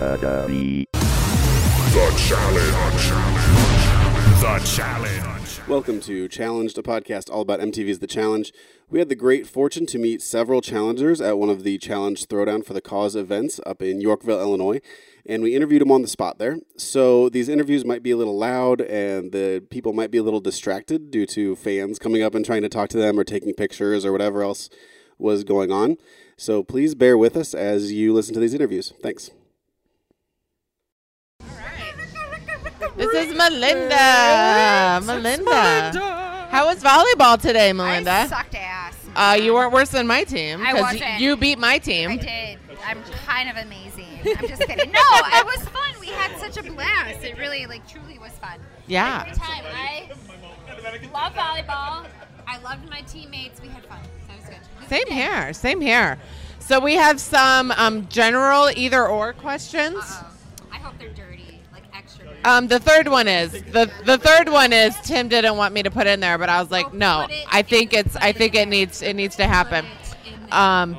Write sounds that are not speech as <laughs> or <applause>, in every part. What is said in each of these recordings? Academy. The challenge. The challenge. Welcome to Challenged, a podcast all about MTV's The Challenge. We had the great fortune to meet several challengers at one of the Challenge Throwdown for the Cause events up in Yorkville, Illinois, and we interviewed them on the spot there. So these interviews might be a little loud, and the people might be a little distracted due to fans coming up and trying to talk to them or taking pictures or whatever else was going on. So please bear with us as you listen to these interviews. Thanks. This is Melinda. Melinda. How was volleyball today, I Melinda? sucked ass. Uh, you weren't worse than my team I because wasn't. you beat my I team. did. I'm kind of amazing. I'm just kidding. No, it was fun. We had such a blast. It really, like, truly was fun. Yeah. Every time I love volleyball. I loved my teammates. We had fun. That was good. It was a Same good day. here. Same here. So we have some um, general either or questions. Uh-oh. um, I hope they're dirty, like extra. dirty. Um, the third one is the the third one is Tim didn't want me to put in there, but I was like, Oh, no, put it I think in. it's Put I it think in it there. needs it needs to happen. Put it in there. Um,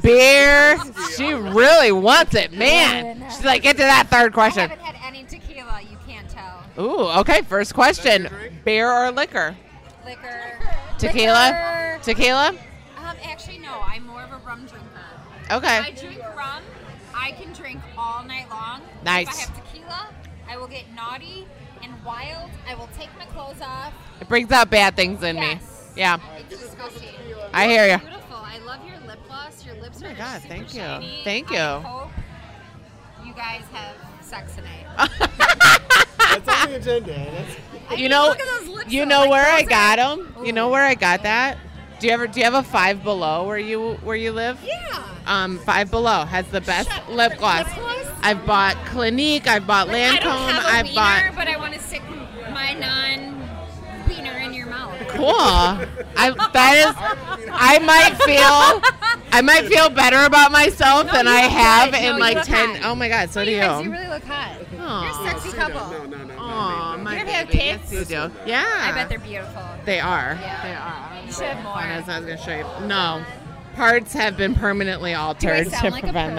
beer. She really wants it, man. She's like, get to that third I question. haven't had any tequila. You can't tell. Ooh, okay. First question: beer or liquor? Liquor. Tequila. Liquor. Tequila. Um, actually, no. I'm more of a rum drinker. I Okay. drink rum. I can drink all night long. Nice. If I have tequila, I will get naughty and wild. I will take my clothes off. It brings out bad things in me. Yes. Yeah, It's disgusting. I hear you. Beautiful. I love your lip gloss. Your lips Oh my are God, super thank you. shiny. Thank I you. hope you guys have sex <laughs> tonight. That's on the agenda. That's, I You mean, know, look at those lips you though, know like, where I those got are- them. You know Ooh. where I got that. Do you ever? Do you have a Five Below where you where you live? Yeah. Um, Five Below has the best Shut- lip gloss. lip gloss? I've bought Clinique. I've bought Like, Lancome. I don't have a I've wiener, bought. but I want to stick my non wiener in your mouth. Cool. <laughs> I that is. I might feel. I might feel better about myself No, than you I look have good. in No, you like look ten. hot. Oh my God. So Oh, do you you. guys, you really look hot. Aw. You're a sexy couple. No, no, no, Aw, my You're gonna have baby. kids? Yes, you do. Yeah. I bet they're beautiful. They are. Yeah. They are. You should have more. I was going to show you. No. Parts have been permanently Do I altered to sound like a prevent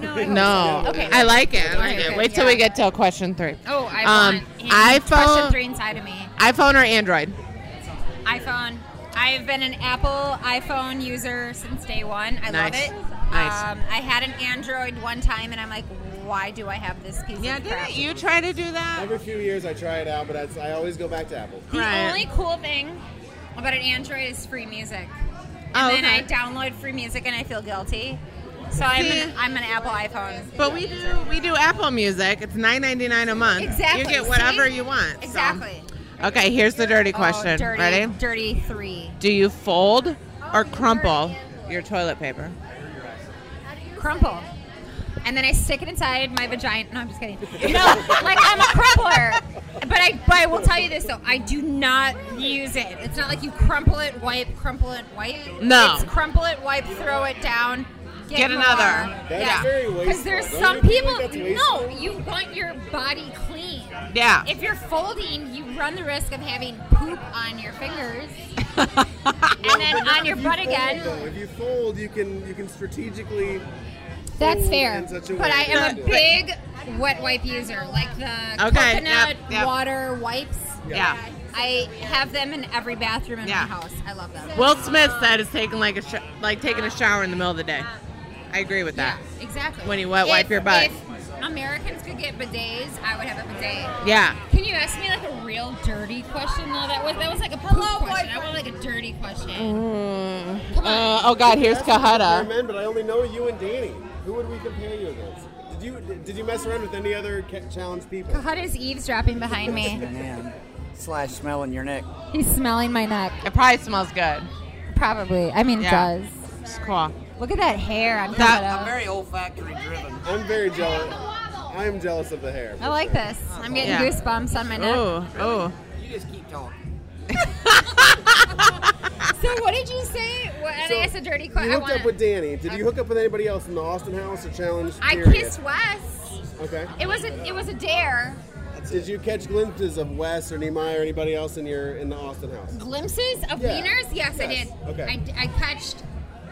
<laughs> right that. now? I hope No. so. Okay. I like it. I like Okay, it. good, Wait till we yeah. get to question three. Oh, I Um, want and iPhone- Question three inside of me. iPhone or Android? iPhone. I've been an Apple iPhone user since day one. I Nice. love it. Nice. Um, I had an Android one time, and I'm like, why do I have this piece of crap? you try to do that? every few years I try it out, but that's, I always go back to Apple. The Right. only cool thing about an Android is free music. Oh, And then okay. I download free music, and I feel guilty. So I'm an, See? I'm an Apple iPhone. But we do we do Apple Music. It's nine ninety nine a month. Exactly. You get whatever See? you want. so- Exactly. Okay, here's the dirty question. Oh, dirty, Ready? Dirty three. Do you fold or you're crumple dirty Android. your toilet paper? Crumple. And then I stick it inside my vagina. No, I'm just kidding. No, like I'm a crumpler. But I, but I will tell you this though, I do not use it. It's not like you crumple it, wipe, crumple it, wipe. No. It's crumple it, wipe, throw it down. Get, Get more. another. That's very wasteful. Because there's Don't some you think people. that's wasteful? No, you want your body clean. Yeah. If you're folding, you run the risk of having poop on your <laughs> fingers, and then on your If you butt fold, again. though, if you fold, you can you can strategically. That's fold fair. in such a But way I am that- a big wet wipe user, like the Okay, coconut yep, yep. water wipes. yeah. I have them in every bathroom in Yeah. my house. I love them. Will Smith said it's taking like a sh- like taking a shower in the middle of the day. I agree with yeah, that. exactly. When you wet wipe If- your butt. If Americans could get bidets, I would have a bidet. Yeah. Can you ask me like a real dirty question though? That was that was like a poop question. I want like a dirty question. Mm. Uh, oh God, here's That's what I Kahada. recommend, but I only know you and Danny. Who would we compare you against? Did you did you mess around with any other ca- challenge people? Hut is eavesdropping behind me. <laughs> Man, slash smell in your neck. He's smelling my neck. It probably smells good. Probably. I mean, Yeah. it does. It's cool. Look at that hair on That- Hut. Very olfactory driven. I'm very jealous. I am jealous of the hair. I like this. I'm getting Yeah. goosebumps on my neck. Oh, oh. You just keep talking. So what did you say? What, and I asked a dirty You question. I, hooked up wanna- with Danny. Did you hook up with anybody else in the Austin House or challenge? I period? kissed Wes. Okay. It was a it was a dare. Did you catch glimpses of Wes or Nehemiah or anybody else in your in the Austin House? Glimpses of Yeah. wieners? Yes, I Yes. did. Okay. I, I catched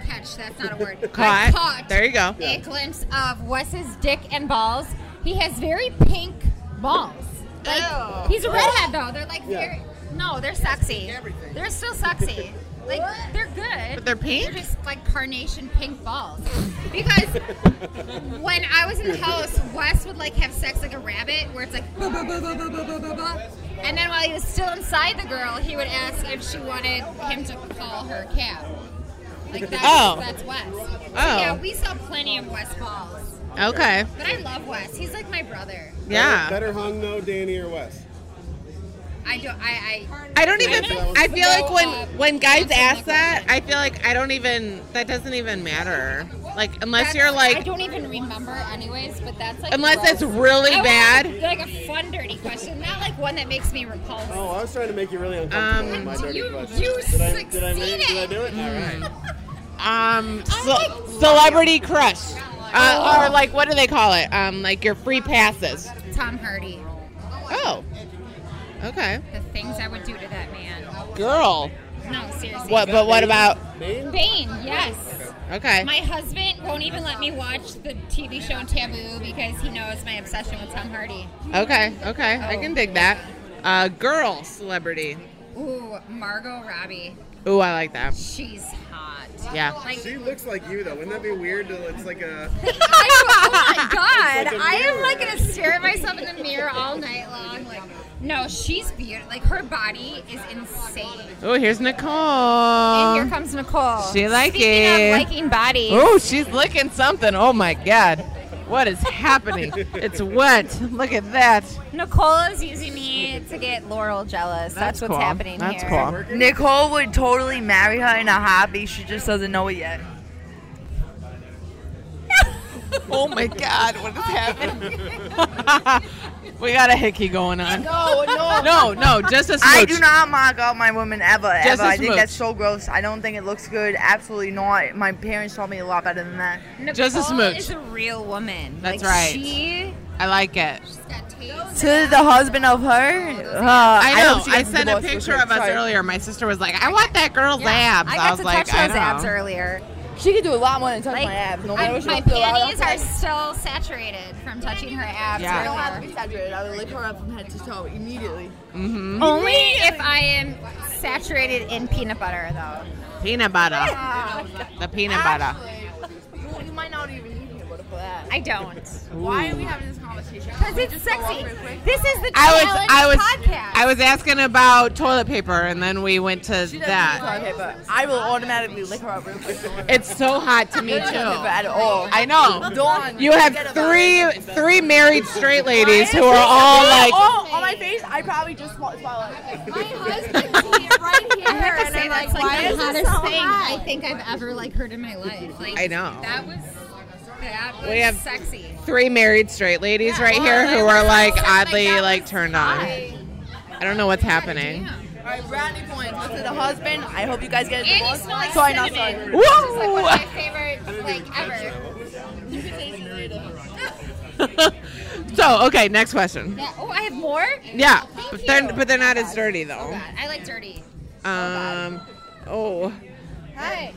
catch catch. That's not a <laughs> word. I Caught. caught There you go. A glimpse of Wes's dick and balls. He has very pink balls. Like he's a redhead though. They're like Oh. Yeah. very no, they're sexy. Everything. They're still sexy. <laughs> Like they're good. But they're pink? They're just like carnation pink balls. Because when I was in the house, Wes would like have sex like a rabbit, where it's like "Bah, bah, bah, bah, bah, bah, bah, bah, bah." and then while he was still inside the girl, he would ask if she wanted him to call her cab. Like that's Oh. that's Wes. So, Oh. yeah, we saw plenty of Wes balls, Okay. but I love Wes. He's like my brother. Yeah. Better hung though, Danny or Wes? I don't. I. I I don't even. I feel like um, when when guys ask look that, I feel like I don't even. That doesn't even matter. Like unless that's- you're I like, don't even remember, anyways. But that's like unless gross. it's really I want, bad. Like a fun dirty question, not like one that makes me repulse. Oh, I was trying to make you really uncomfortable Um, with my dirty you- question. you did, I, did I make- succeeded. did I do it? All right. Um, I'm ce- like- Oh. celebrity crush, uh, or like what do they call it? Um, like your free passes. Tom Hardy. Oh. Okay. The things I would do to that man. Girl. No, seriously. What? But what about? Name? Bane, yes. Okay. My husband won't even let me watch the TV show Taboo because he knows my obsession with Tom Hardy. Okay. Okay. I can dig that. Uh, girl celebrity. Ooh, Margot Robbie. Ooh, I like that. She's hot. Yeah. Like, She looks like you though. Wouldn't that be weird? To, it's like a. I, oh my It's god, like a I am mirror. like gonna stare at myself in the mirror all night long. Like, no, she's beautiful. Like, her body is insane. Oh, here's and here Nicole. comes Nicole. she like Speaking it. of liking bodies. Oh, she's licking something. Oh my God. What is happening? it's wet. Look at that. Nicole is using me to get Laurel jealous. That's, what's cool. happening That's here. cool. Nicole would totally marry her in a hobby. She just doesn't know it yet. Oh my God. What is happening? <laughs> we got a hickey going on. No, no. No, no. Just a smooch. I do not mock out my women ever, Just ever. a I think smooch. that's so gross. I don't think it looks good. Absolutely not. My parents taught me a lot better than that. Nicole Just a smooch. is a real woman. That's Like, right. She I like it. got taste. To the husband of her, uh, I, I know. hope she I gets sent a divorced with picture her. of us Sorry. earlier. My sister was like, I want that girl's abs. I I, got was to like, touch I those don't abs know. earlier. She could do a lot more than touch Like my abs. No matter I, what she my wants to do, I panties don't are care. still saturated from touching her abs. Yeah. I don't have to earlier. be saturated. I would lick her up from head to toe immediately. Only if I am saturated in peanut butter, though. Peanut butter. The peanut butter. Actually, you might not even need peanut butter for that. I don't. Why are we having this conversation? Because it's sexy. This is the I was challenge I was podcast. I was asking about toilet paper, and then we went to She doesn't use that. toilet paper. I will automatically lick her up real quick. It's so hot to me Toilet paper too. at all. I know. Dawn, You have forget about three it. three married straight ladies who If are this all is like, all Oh, on my face. I probably just swallowed. swallowed. My husband's here, right here, <laughs> I have to say that's like, the hottest thing I think I've ever like heard in my life. Like, I know. that was that was We have- sexy. three married straight ladies right here who are like oddly like turned on. I don't know what's happening. All right, brownie points. Look to the husband. I hope you guys get And a you divorce. smell like sorry, not cinnamon. sorry. Which is like one of Whoa! my favorite like <laughs> ever. <laughs> so okay, next question. Yeah. Oh, I have more. Yeah, Thank but they're you. but they're not as dirty Oh though. God, I like dirty. Um, oh, Hi.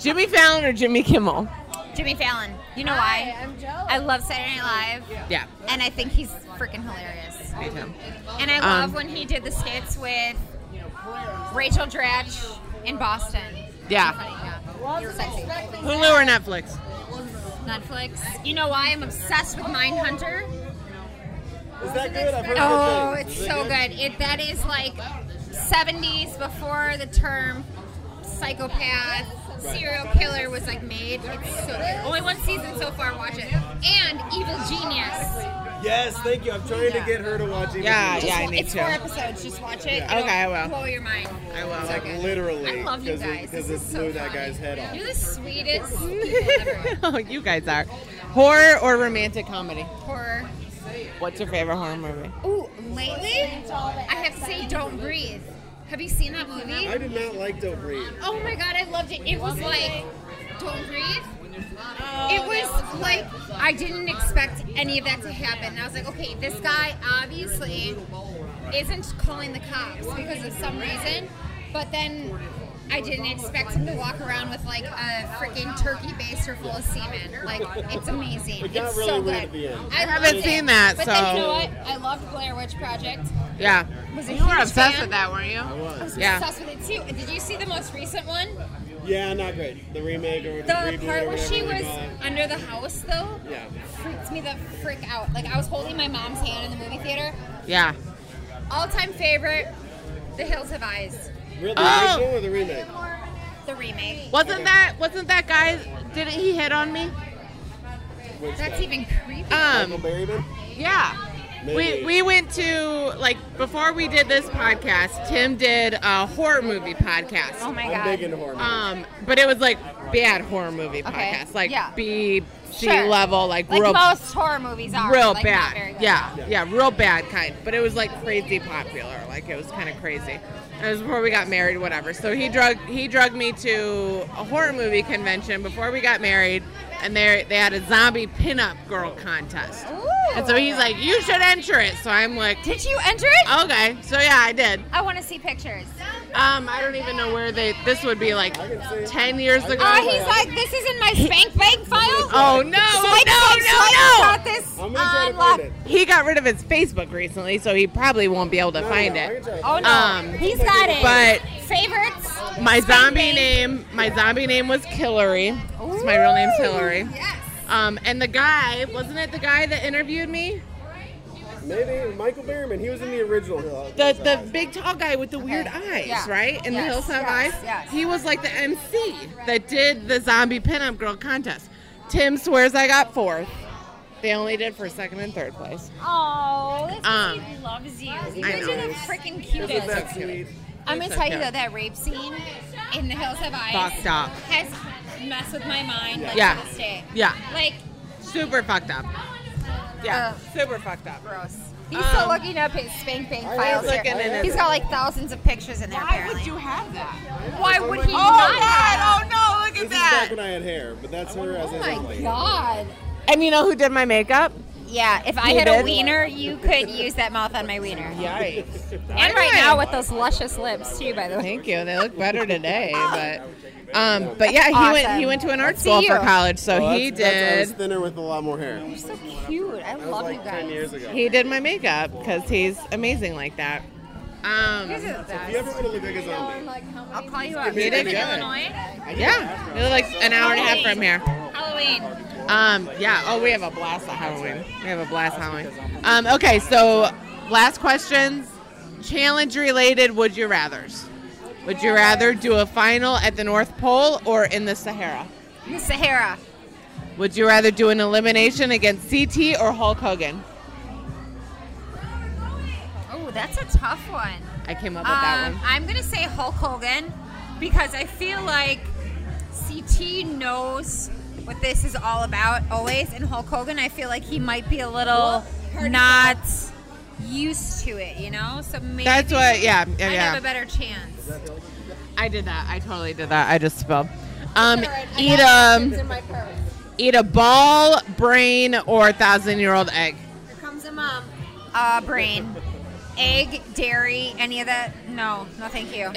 Jimmy Fallon or Jimmy Kimmel? Jimmy Fallon. You know why? I'm jealous. I love Saturday Night Live, Yeah, and I think he's freaking hilarious. me too. And I Um, love when he did the skits with Rachel Dratch in Boston. Yeah. Funny, yeah. Sexy. Hulu or Netflix? Netflix. You know why I'm obsessed with Mindhunter? Is that good? I've heard Oh, good things. it's Is it so good. It that is like 70s before the term psychopath serial killer was like made. It's so good. Only one season so far. Watch it. And Evil Genius. Yes, thank you. I'm trying to get her to watch. Evil Yeah, Genius. yeah, I need it's four to. episodes. Just watch it. Okay, I will. Blow your mind. I will. Like literally, I love you because guys. it, 'cause This it is so blew that funny. guy's head off. You're the sweetest people ever. <laughs> oh, you guys are. Horror or romantic comedy? Horror. What's your favorite horror movie? Ooh, lately, I have to say Don't Breathe. Have you seen that movie? I did not like Don't Breathe. Oh my god, I loved it. It was like Don't Breathe. It was like I didn't expect any of that to happen. I was like, okay, this guy obviously isn't calling the cops because of some reason, but then I didn't expect him to walk around with like a freaking turkey baster full of semen. Like it's amazing. It got it's really so weird good. at the end. I, haven't loved seen it. that, But then you so- know what? I loved Blair Witch Project. Yeah. Was a You were huge obsessed fan. with that, weren't you? I was. Yeah. Obsessed with it too. Did you see the most recent one? Yeah, not great. The remake or The reboot or part where she whatever was they call it. under the house though Yeah. freaked me the frick out. Like I was holding my mom's hand in the movie theater. Yeah. All time favorite, The Hills Have Eyes, Re- The Oh. original or the remake? the remake. Wasn't that wasn't that guy didn't he hit on me? Which That's guy? even creepy. Michael Um Berryman? yeah. We, Maybe. we went to like before we did this podcast, Tim did a horror movie podcast. oh my I'm god. big into horror movies. Um, but it was like bad horror movie Okay, podcast, like yeah. B C Sure. level, like, like real, most horror movies are real like, Not very bad. good. Yeah, yeah, real bad kind. But it was like crazy popular. Like it was kind of crazy. And it was before we got married, whatever. So he drug he drug me to a horror movie convention before we got married, and they they had a zombie pinup girl contest. Ooh. And so he's like, Oh. "You should enter it." So I'm like, Did you enter it? "Okay." So yeah, I did. I want to see pictures. Um, I don't even know where they. This would be like ten years ago. Oh, he's like, this is in my spank bank file. Oh no! Swipe, no! swipe, no! swipe, no! Got this I'm gonna try on to find lock. it. He got rid of his Facebook recently, so he probably won't be able to No, no, find no, I it. can try to Oh find no, Um, he's got it. but- favorites. My spank zombie bank. name, my zombie name was Hillary. 'cause My real name's Hillary. Yes. Um, and the guy, wasn't it the guy that interviewed me? it. Maybe Michael Berryman. He was in the original. Hill- The the big tall guy with the weird eyes, yeah. right? In the Yes, Hills Have yes, Eyes. yes. He was like the MC that did the zombie pinup girl contest. Tim swears I got fourth. They only did for second and third place. Oh, that's 'cause Um, he loves you. You I guys are know. the freaking cutest. That's sweet. I'm gonna It's tell you okay. though that rape scene in The Hills Have Eyes Fucked up. has messed with my mind like Yeah. to this day. Yeah. Like Super fucked up. Yeah, Uh, super fucked up. gross. He's still Um, looking up his spank bank I files. was here. looking in his- He's got like thousands of pictures in there. apparently. have that? Why would he? Oh, not Oh have God! Oh no! Look This at is back that. when I had hair, but that's her as that? a Oh my god. And you know who did my makeup? Yeah, if I You had a did? wiener, you could use that mouth on my wiener. Yikes! And right now with those luscious lips too, by the way. Thank you. They look better <laughs> today, but um, but yeah, he went he Awesome. went to an art Let's see school for you. college, so Well, he Oh, that's- that's- I was did Oh thinner with a lot more hair. You're so cute. I That was love like you 10 years guys. ago. he did my makeup because he's amazing like that. Um, you ever want to look like a zombie? I'll call you up. He did You're in good. Illinois. yeah, they look like an hour and a half from here. Halloween. Um, yeah. Oh, we have a blast at Halloween. We have a blast Halloween. Um, okay, so last questions, challenge related. Would you rather's? Would you rather do a final at the North Pole or in the Sahara? The Sahara. Would you rather do an elimination against CT or Hulk Hogan? Oh, that's a tough one. I came up with that Um, one. I'm gonna say Hulk Hogan because I feel like CT knows what this is all about always, and Hulk Hogan, I feel like he might be a little not used to it, you know. So maybe That's what. Yeah, yeah. I have a yeah. better chance. I did that. I totally did that. I just spelled. Um, Alright, I eat got a chickens in my purse. eat a ball, brain, or thousand year old egg. Here comes a mom. Uh, brain, egg, dairy, any of that? No, no, thank you.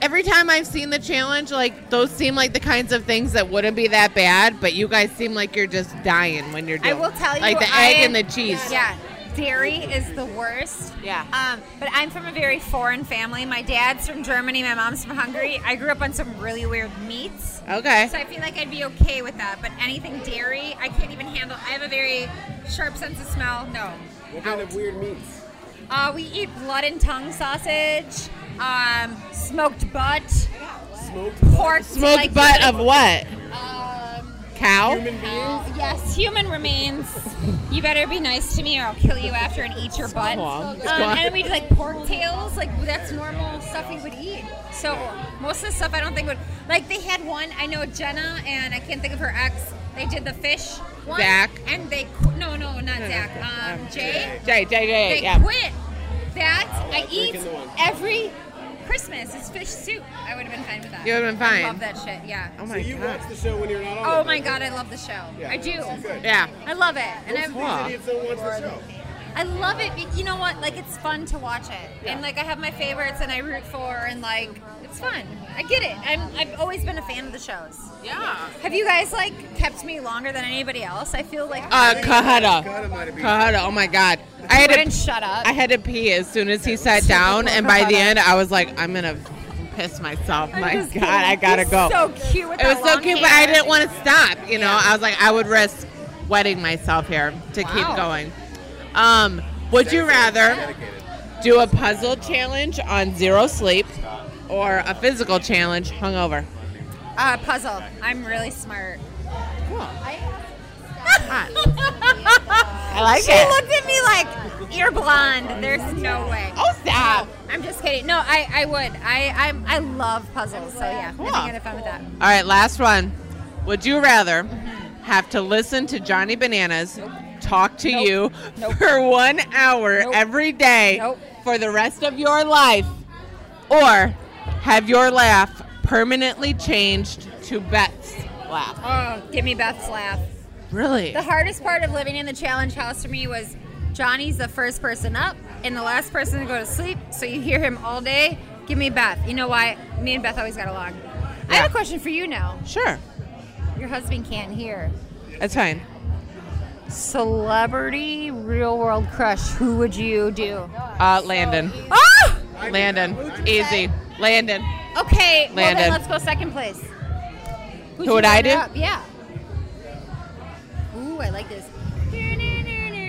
Every time I've seen the challenge, like those seem like the kinds of things that wouldn't be that bad, but you guys seem like you're just dying when you're I doing. will tell you, like the I egg am- and the cheese. Yeah, dairy is the worst. Yeah. Um, but I'm from a very foreign family. My dad's from Germany. My mom's from Hungary. I grew up on some really weird meats, Okay. so I feel like I'd be okay with that. But anything dairy, I can't even handle. I have a very sharp sense of smell. No. What kind of weird meats? Uh, we eat blood and tongue sausage, um, smoked butt, Smoked pork, Smoked like- butt of what? Um, Cow. human beings? Yes, human remains. You better be nice to me, or I'll kill you after and eat your butt. Squawk. Um, Squawk. and we like pork tails, like that's normal stuff we would eat. So most of the stuff I don't think would like they had one. I know Jenna and I can't think of her ex. They did the fish one, Zach. and they qu- no no not Zach um, Jay. J J J. They Yeah. quit. That I eat drinking the one. every Christmas is fish soup. I would have been fine with that. You would've been I fine. love that shit. Yeah. Oh So my you god. watch the show when you're not on Oh it, my right? god, I love the show. I do. Good. Yeah. I love it. And Most of I'm these idiots don't watch the show. I love it. be- You know what? Like it's fun to watch it, and like I have my favorites, and I root for, and like it's fun. I get it. I'm, I've always been a fan of the shows. Yeah. Have you guys like kept me longer than anybody else? I feel like Uh, Kahada. Kahada might have been- Kahada. Oh my God. I had couldn't to, shut up. I had to pee as soon as he sat down, and by the Kahada. end, I was like, I'm gonna piss myself. I'm my God, just kidding. I gotta He's go. So cute. With it was that so long cute, but I hair. didn't want to stop. You know, I was like, I would risk wetting myself here to Wow. keep going. Um, would you rather do a puzzle challenge on zero sleep or a physical challenge hungover? Uh, puzzle. I'm really smart. Cool. <laughs> I I like she it. looked at me like you're blonde. There's no way. Oh, stop. I'm just kidding. No, I, I would. I I'm, I love puzzles. So yeah, Cool. I think I'd have fun with that. All right, last one. Would you rather Mm-hmm. have to listen to Johnny Bananas talk to Nope. you Nope. for one hour Nope. every day Nope. for the rest of your life, or have your laugh permanently changed to Beth's laugh? Oh, give me Beth's laugh. Really? The hardest part of living in the challenge house for me was Johnny's the first person up and the last person to go to sleep, so you hear him all day. Give me Beth. You know why? Me and Beth always got along. I have a question for you now. Sure. Your husband can't hear. That's fine. Celebrity real world crush, who would you do? Uh, Landon. Oh! Landon. Easy. Landon. Okay, well Landon. then let's go second place. Who'd Who you would I vote do? up? Yeah. Ooh, I like this. Oh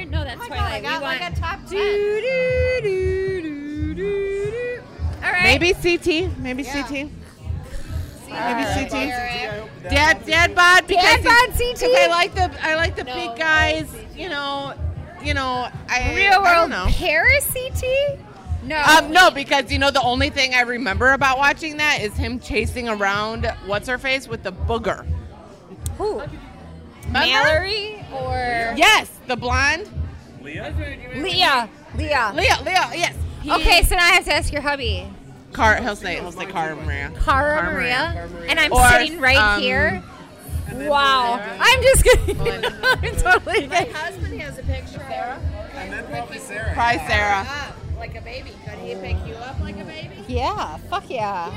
No, that's Twilight. we want top Do, do, do, do, do, do. All right. Maybe CT. Maybe CT. Maybe CT. Dad, dad bod, because Dad he- bod CT. because I like the I like the big guys. You know, you know. I Real I don't world know. Paris CT? No. Um, no, because you know the only thing I remember about watching that is him chasing around what's her face with the booger. Uh-huh. Who? Remember? Mallory or Yes, the blonde. Leah? Leah. Leo, Leo, yes. He- Okay, so now I have to ask your hubby, Car, he'll say, he'll say Cara Maria. Cara, Cara Maria, and I'm Or, sitting right um, here. Wow, I'm just kidding. <laughs> I'm totally kidding. husband has a picture of And then probably Sarah. Probably Sarah. up like a baby. Could he pick you up like a baby? Yeah, fuck yeah.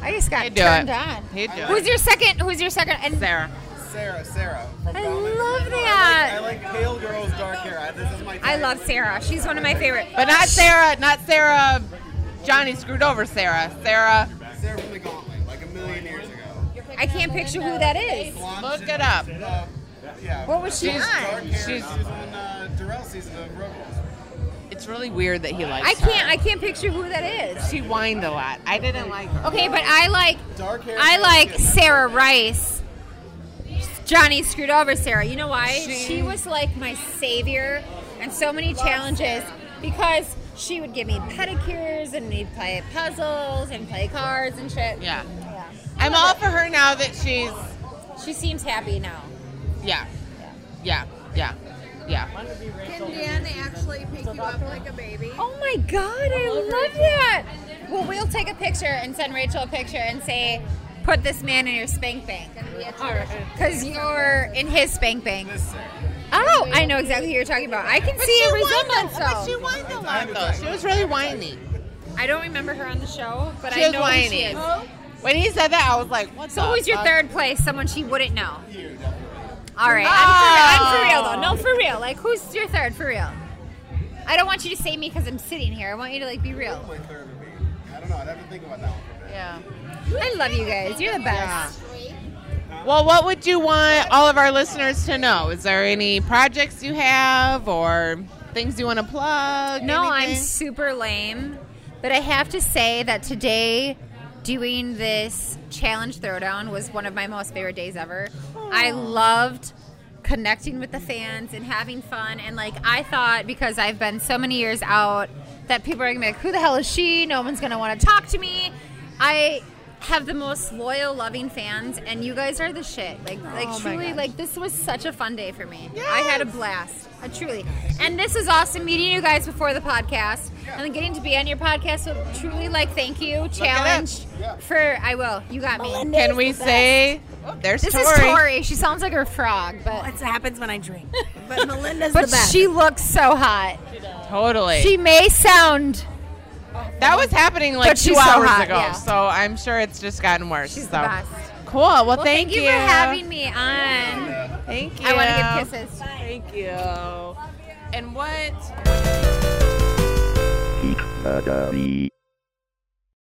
I just got He'd do turned it. on. He'd do Who's it. your second? Who's your second? And Sarah. Sarah, Sarah. From I Gotham. love I that. like pale girls, dark hair. I- This is my. I type. love Sarah. She's one of my favorite. But not Sarah, not Sarah. Johnny screwed over Sarah. Sarah, Sarah from the Gauntlet, like a million years ago. I can't picture who that is. look it up. Uh, yeah. What was she She's on? Dark hair. She's- She's on uh, Darrell season of Rebels. It's really weird that he likes I can't. I can't picture who that is. She whined a lot. I didn't like her. Okay, but I like. Dark hair. I like Sarah Rice. Johnny screwed over Sarah. You know why? She, was like my savior and so many challenges because she would give me pedicures and we'd play puzzles and play cards and shit. Yeah. Yeah. I'm all for her now that she's. She seems happy now. Yeah. Yeah. Yeah. Yeah. Can Dan actually pick you up like a baby? Oh my god, I love that. Well, we'll take a picture and send Rachel a picture and say, put this man in your spank bank. Because you're in his spank bank. Oh, I know exactly who you're talking about. I can see a resemblance But she though. whined a lot though. She was really whiny. I don't remember her on the show, but She I was know who she whiny. is. When he said that, I was like, "What?" So the who's your fuck? third place? Someone she wouldn't know. All right, I'm, for, I'm for real Oh. though. No, for real. Like, who's your third for real? I don't want you to say me because I'm sitting here. I want you to like be real. My third would be. I don't know. I'd have to think about that one. for a bit. I love you guys. You're the best. Well, what would you want all of our listeners to know? Is there any projects you have or things you want to plug? No, I'm anything? super lame, but I have to say that today doing this challenge throwdown was one of my most favorite days ever. I loved connecting with the fans and having fun and like I thought because I've been so many years out that people are going to be like who the hell is she? No one's going to want to talk to me. I have the most loyal loving fans and you guys are the shit. Oh Like like truly like this was such a fun day for me. I had a blast. I truly. And this is awesome meeting you guys before the podcast and then getting to be on your podcast. So truly, like, thank you, challenge for I will. You got me. Can we say there's This Tori? is Tori. She sounds Oh, like her frog, <laughs> but That's what happens when I drink. But Melinda's but she looks so hot. Totally. She may sound. that was happening like But two she's so hours hot, ago, yeah. so I'm sure it's just gotten worse. She's so. the best. Cool. Well, Well, thank, you for having me on. Thank you. I want to give kisses. Thank you. And what? Geek Daddy.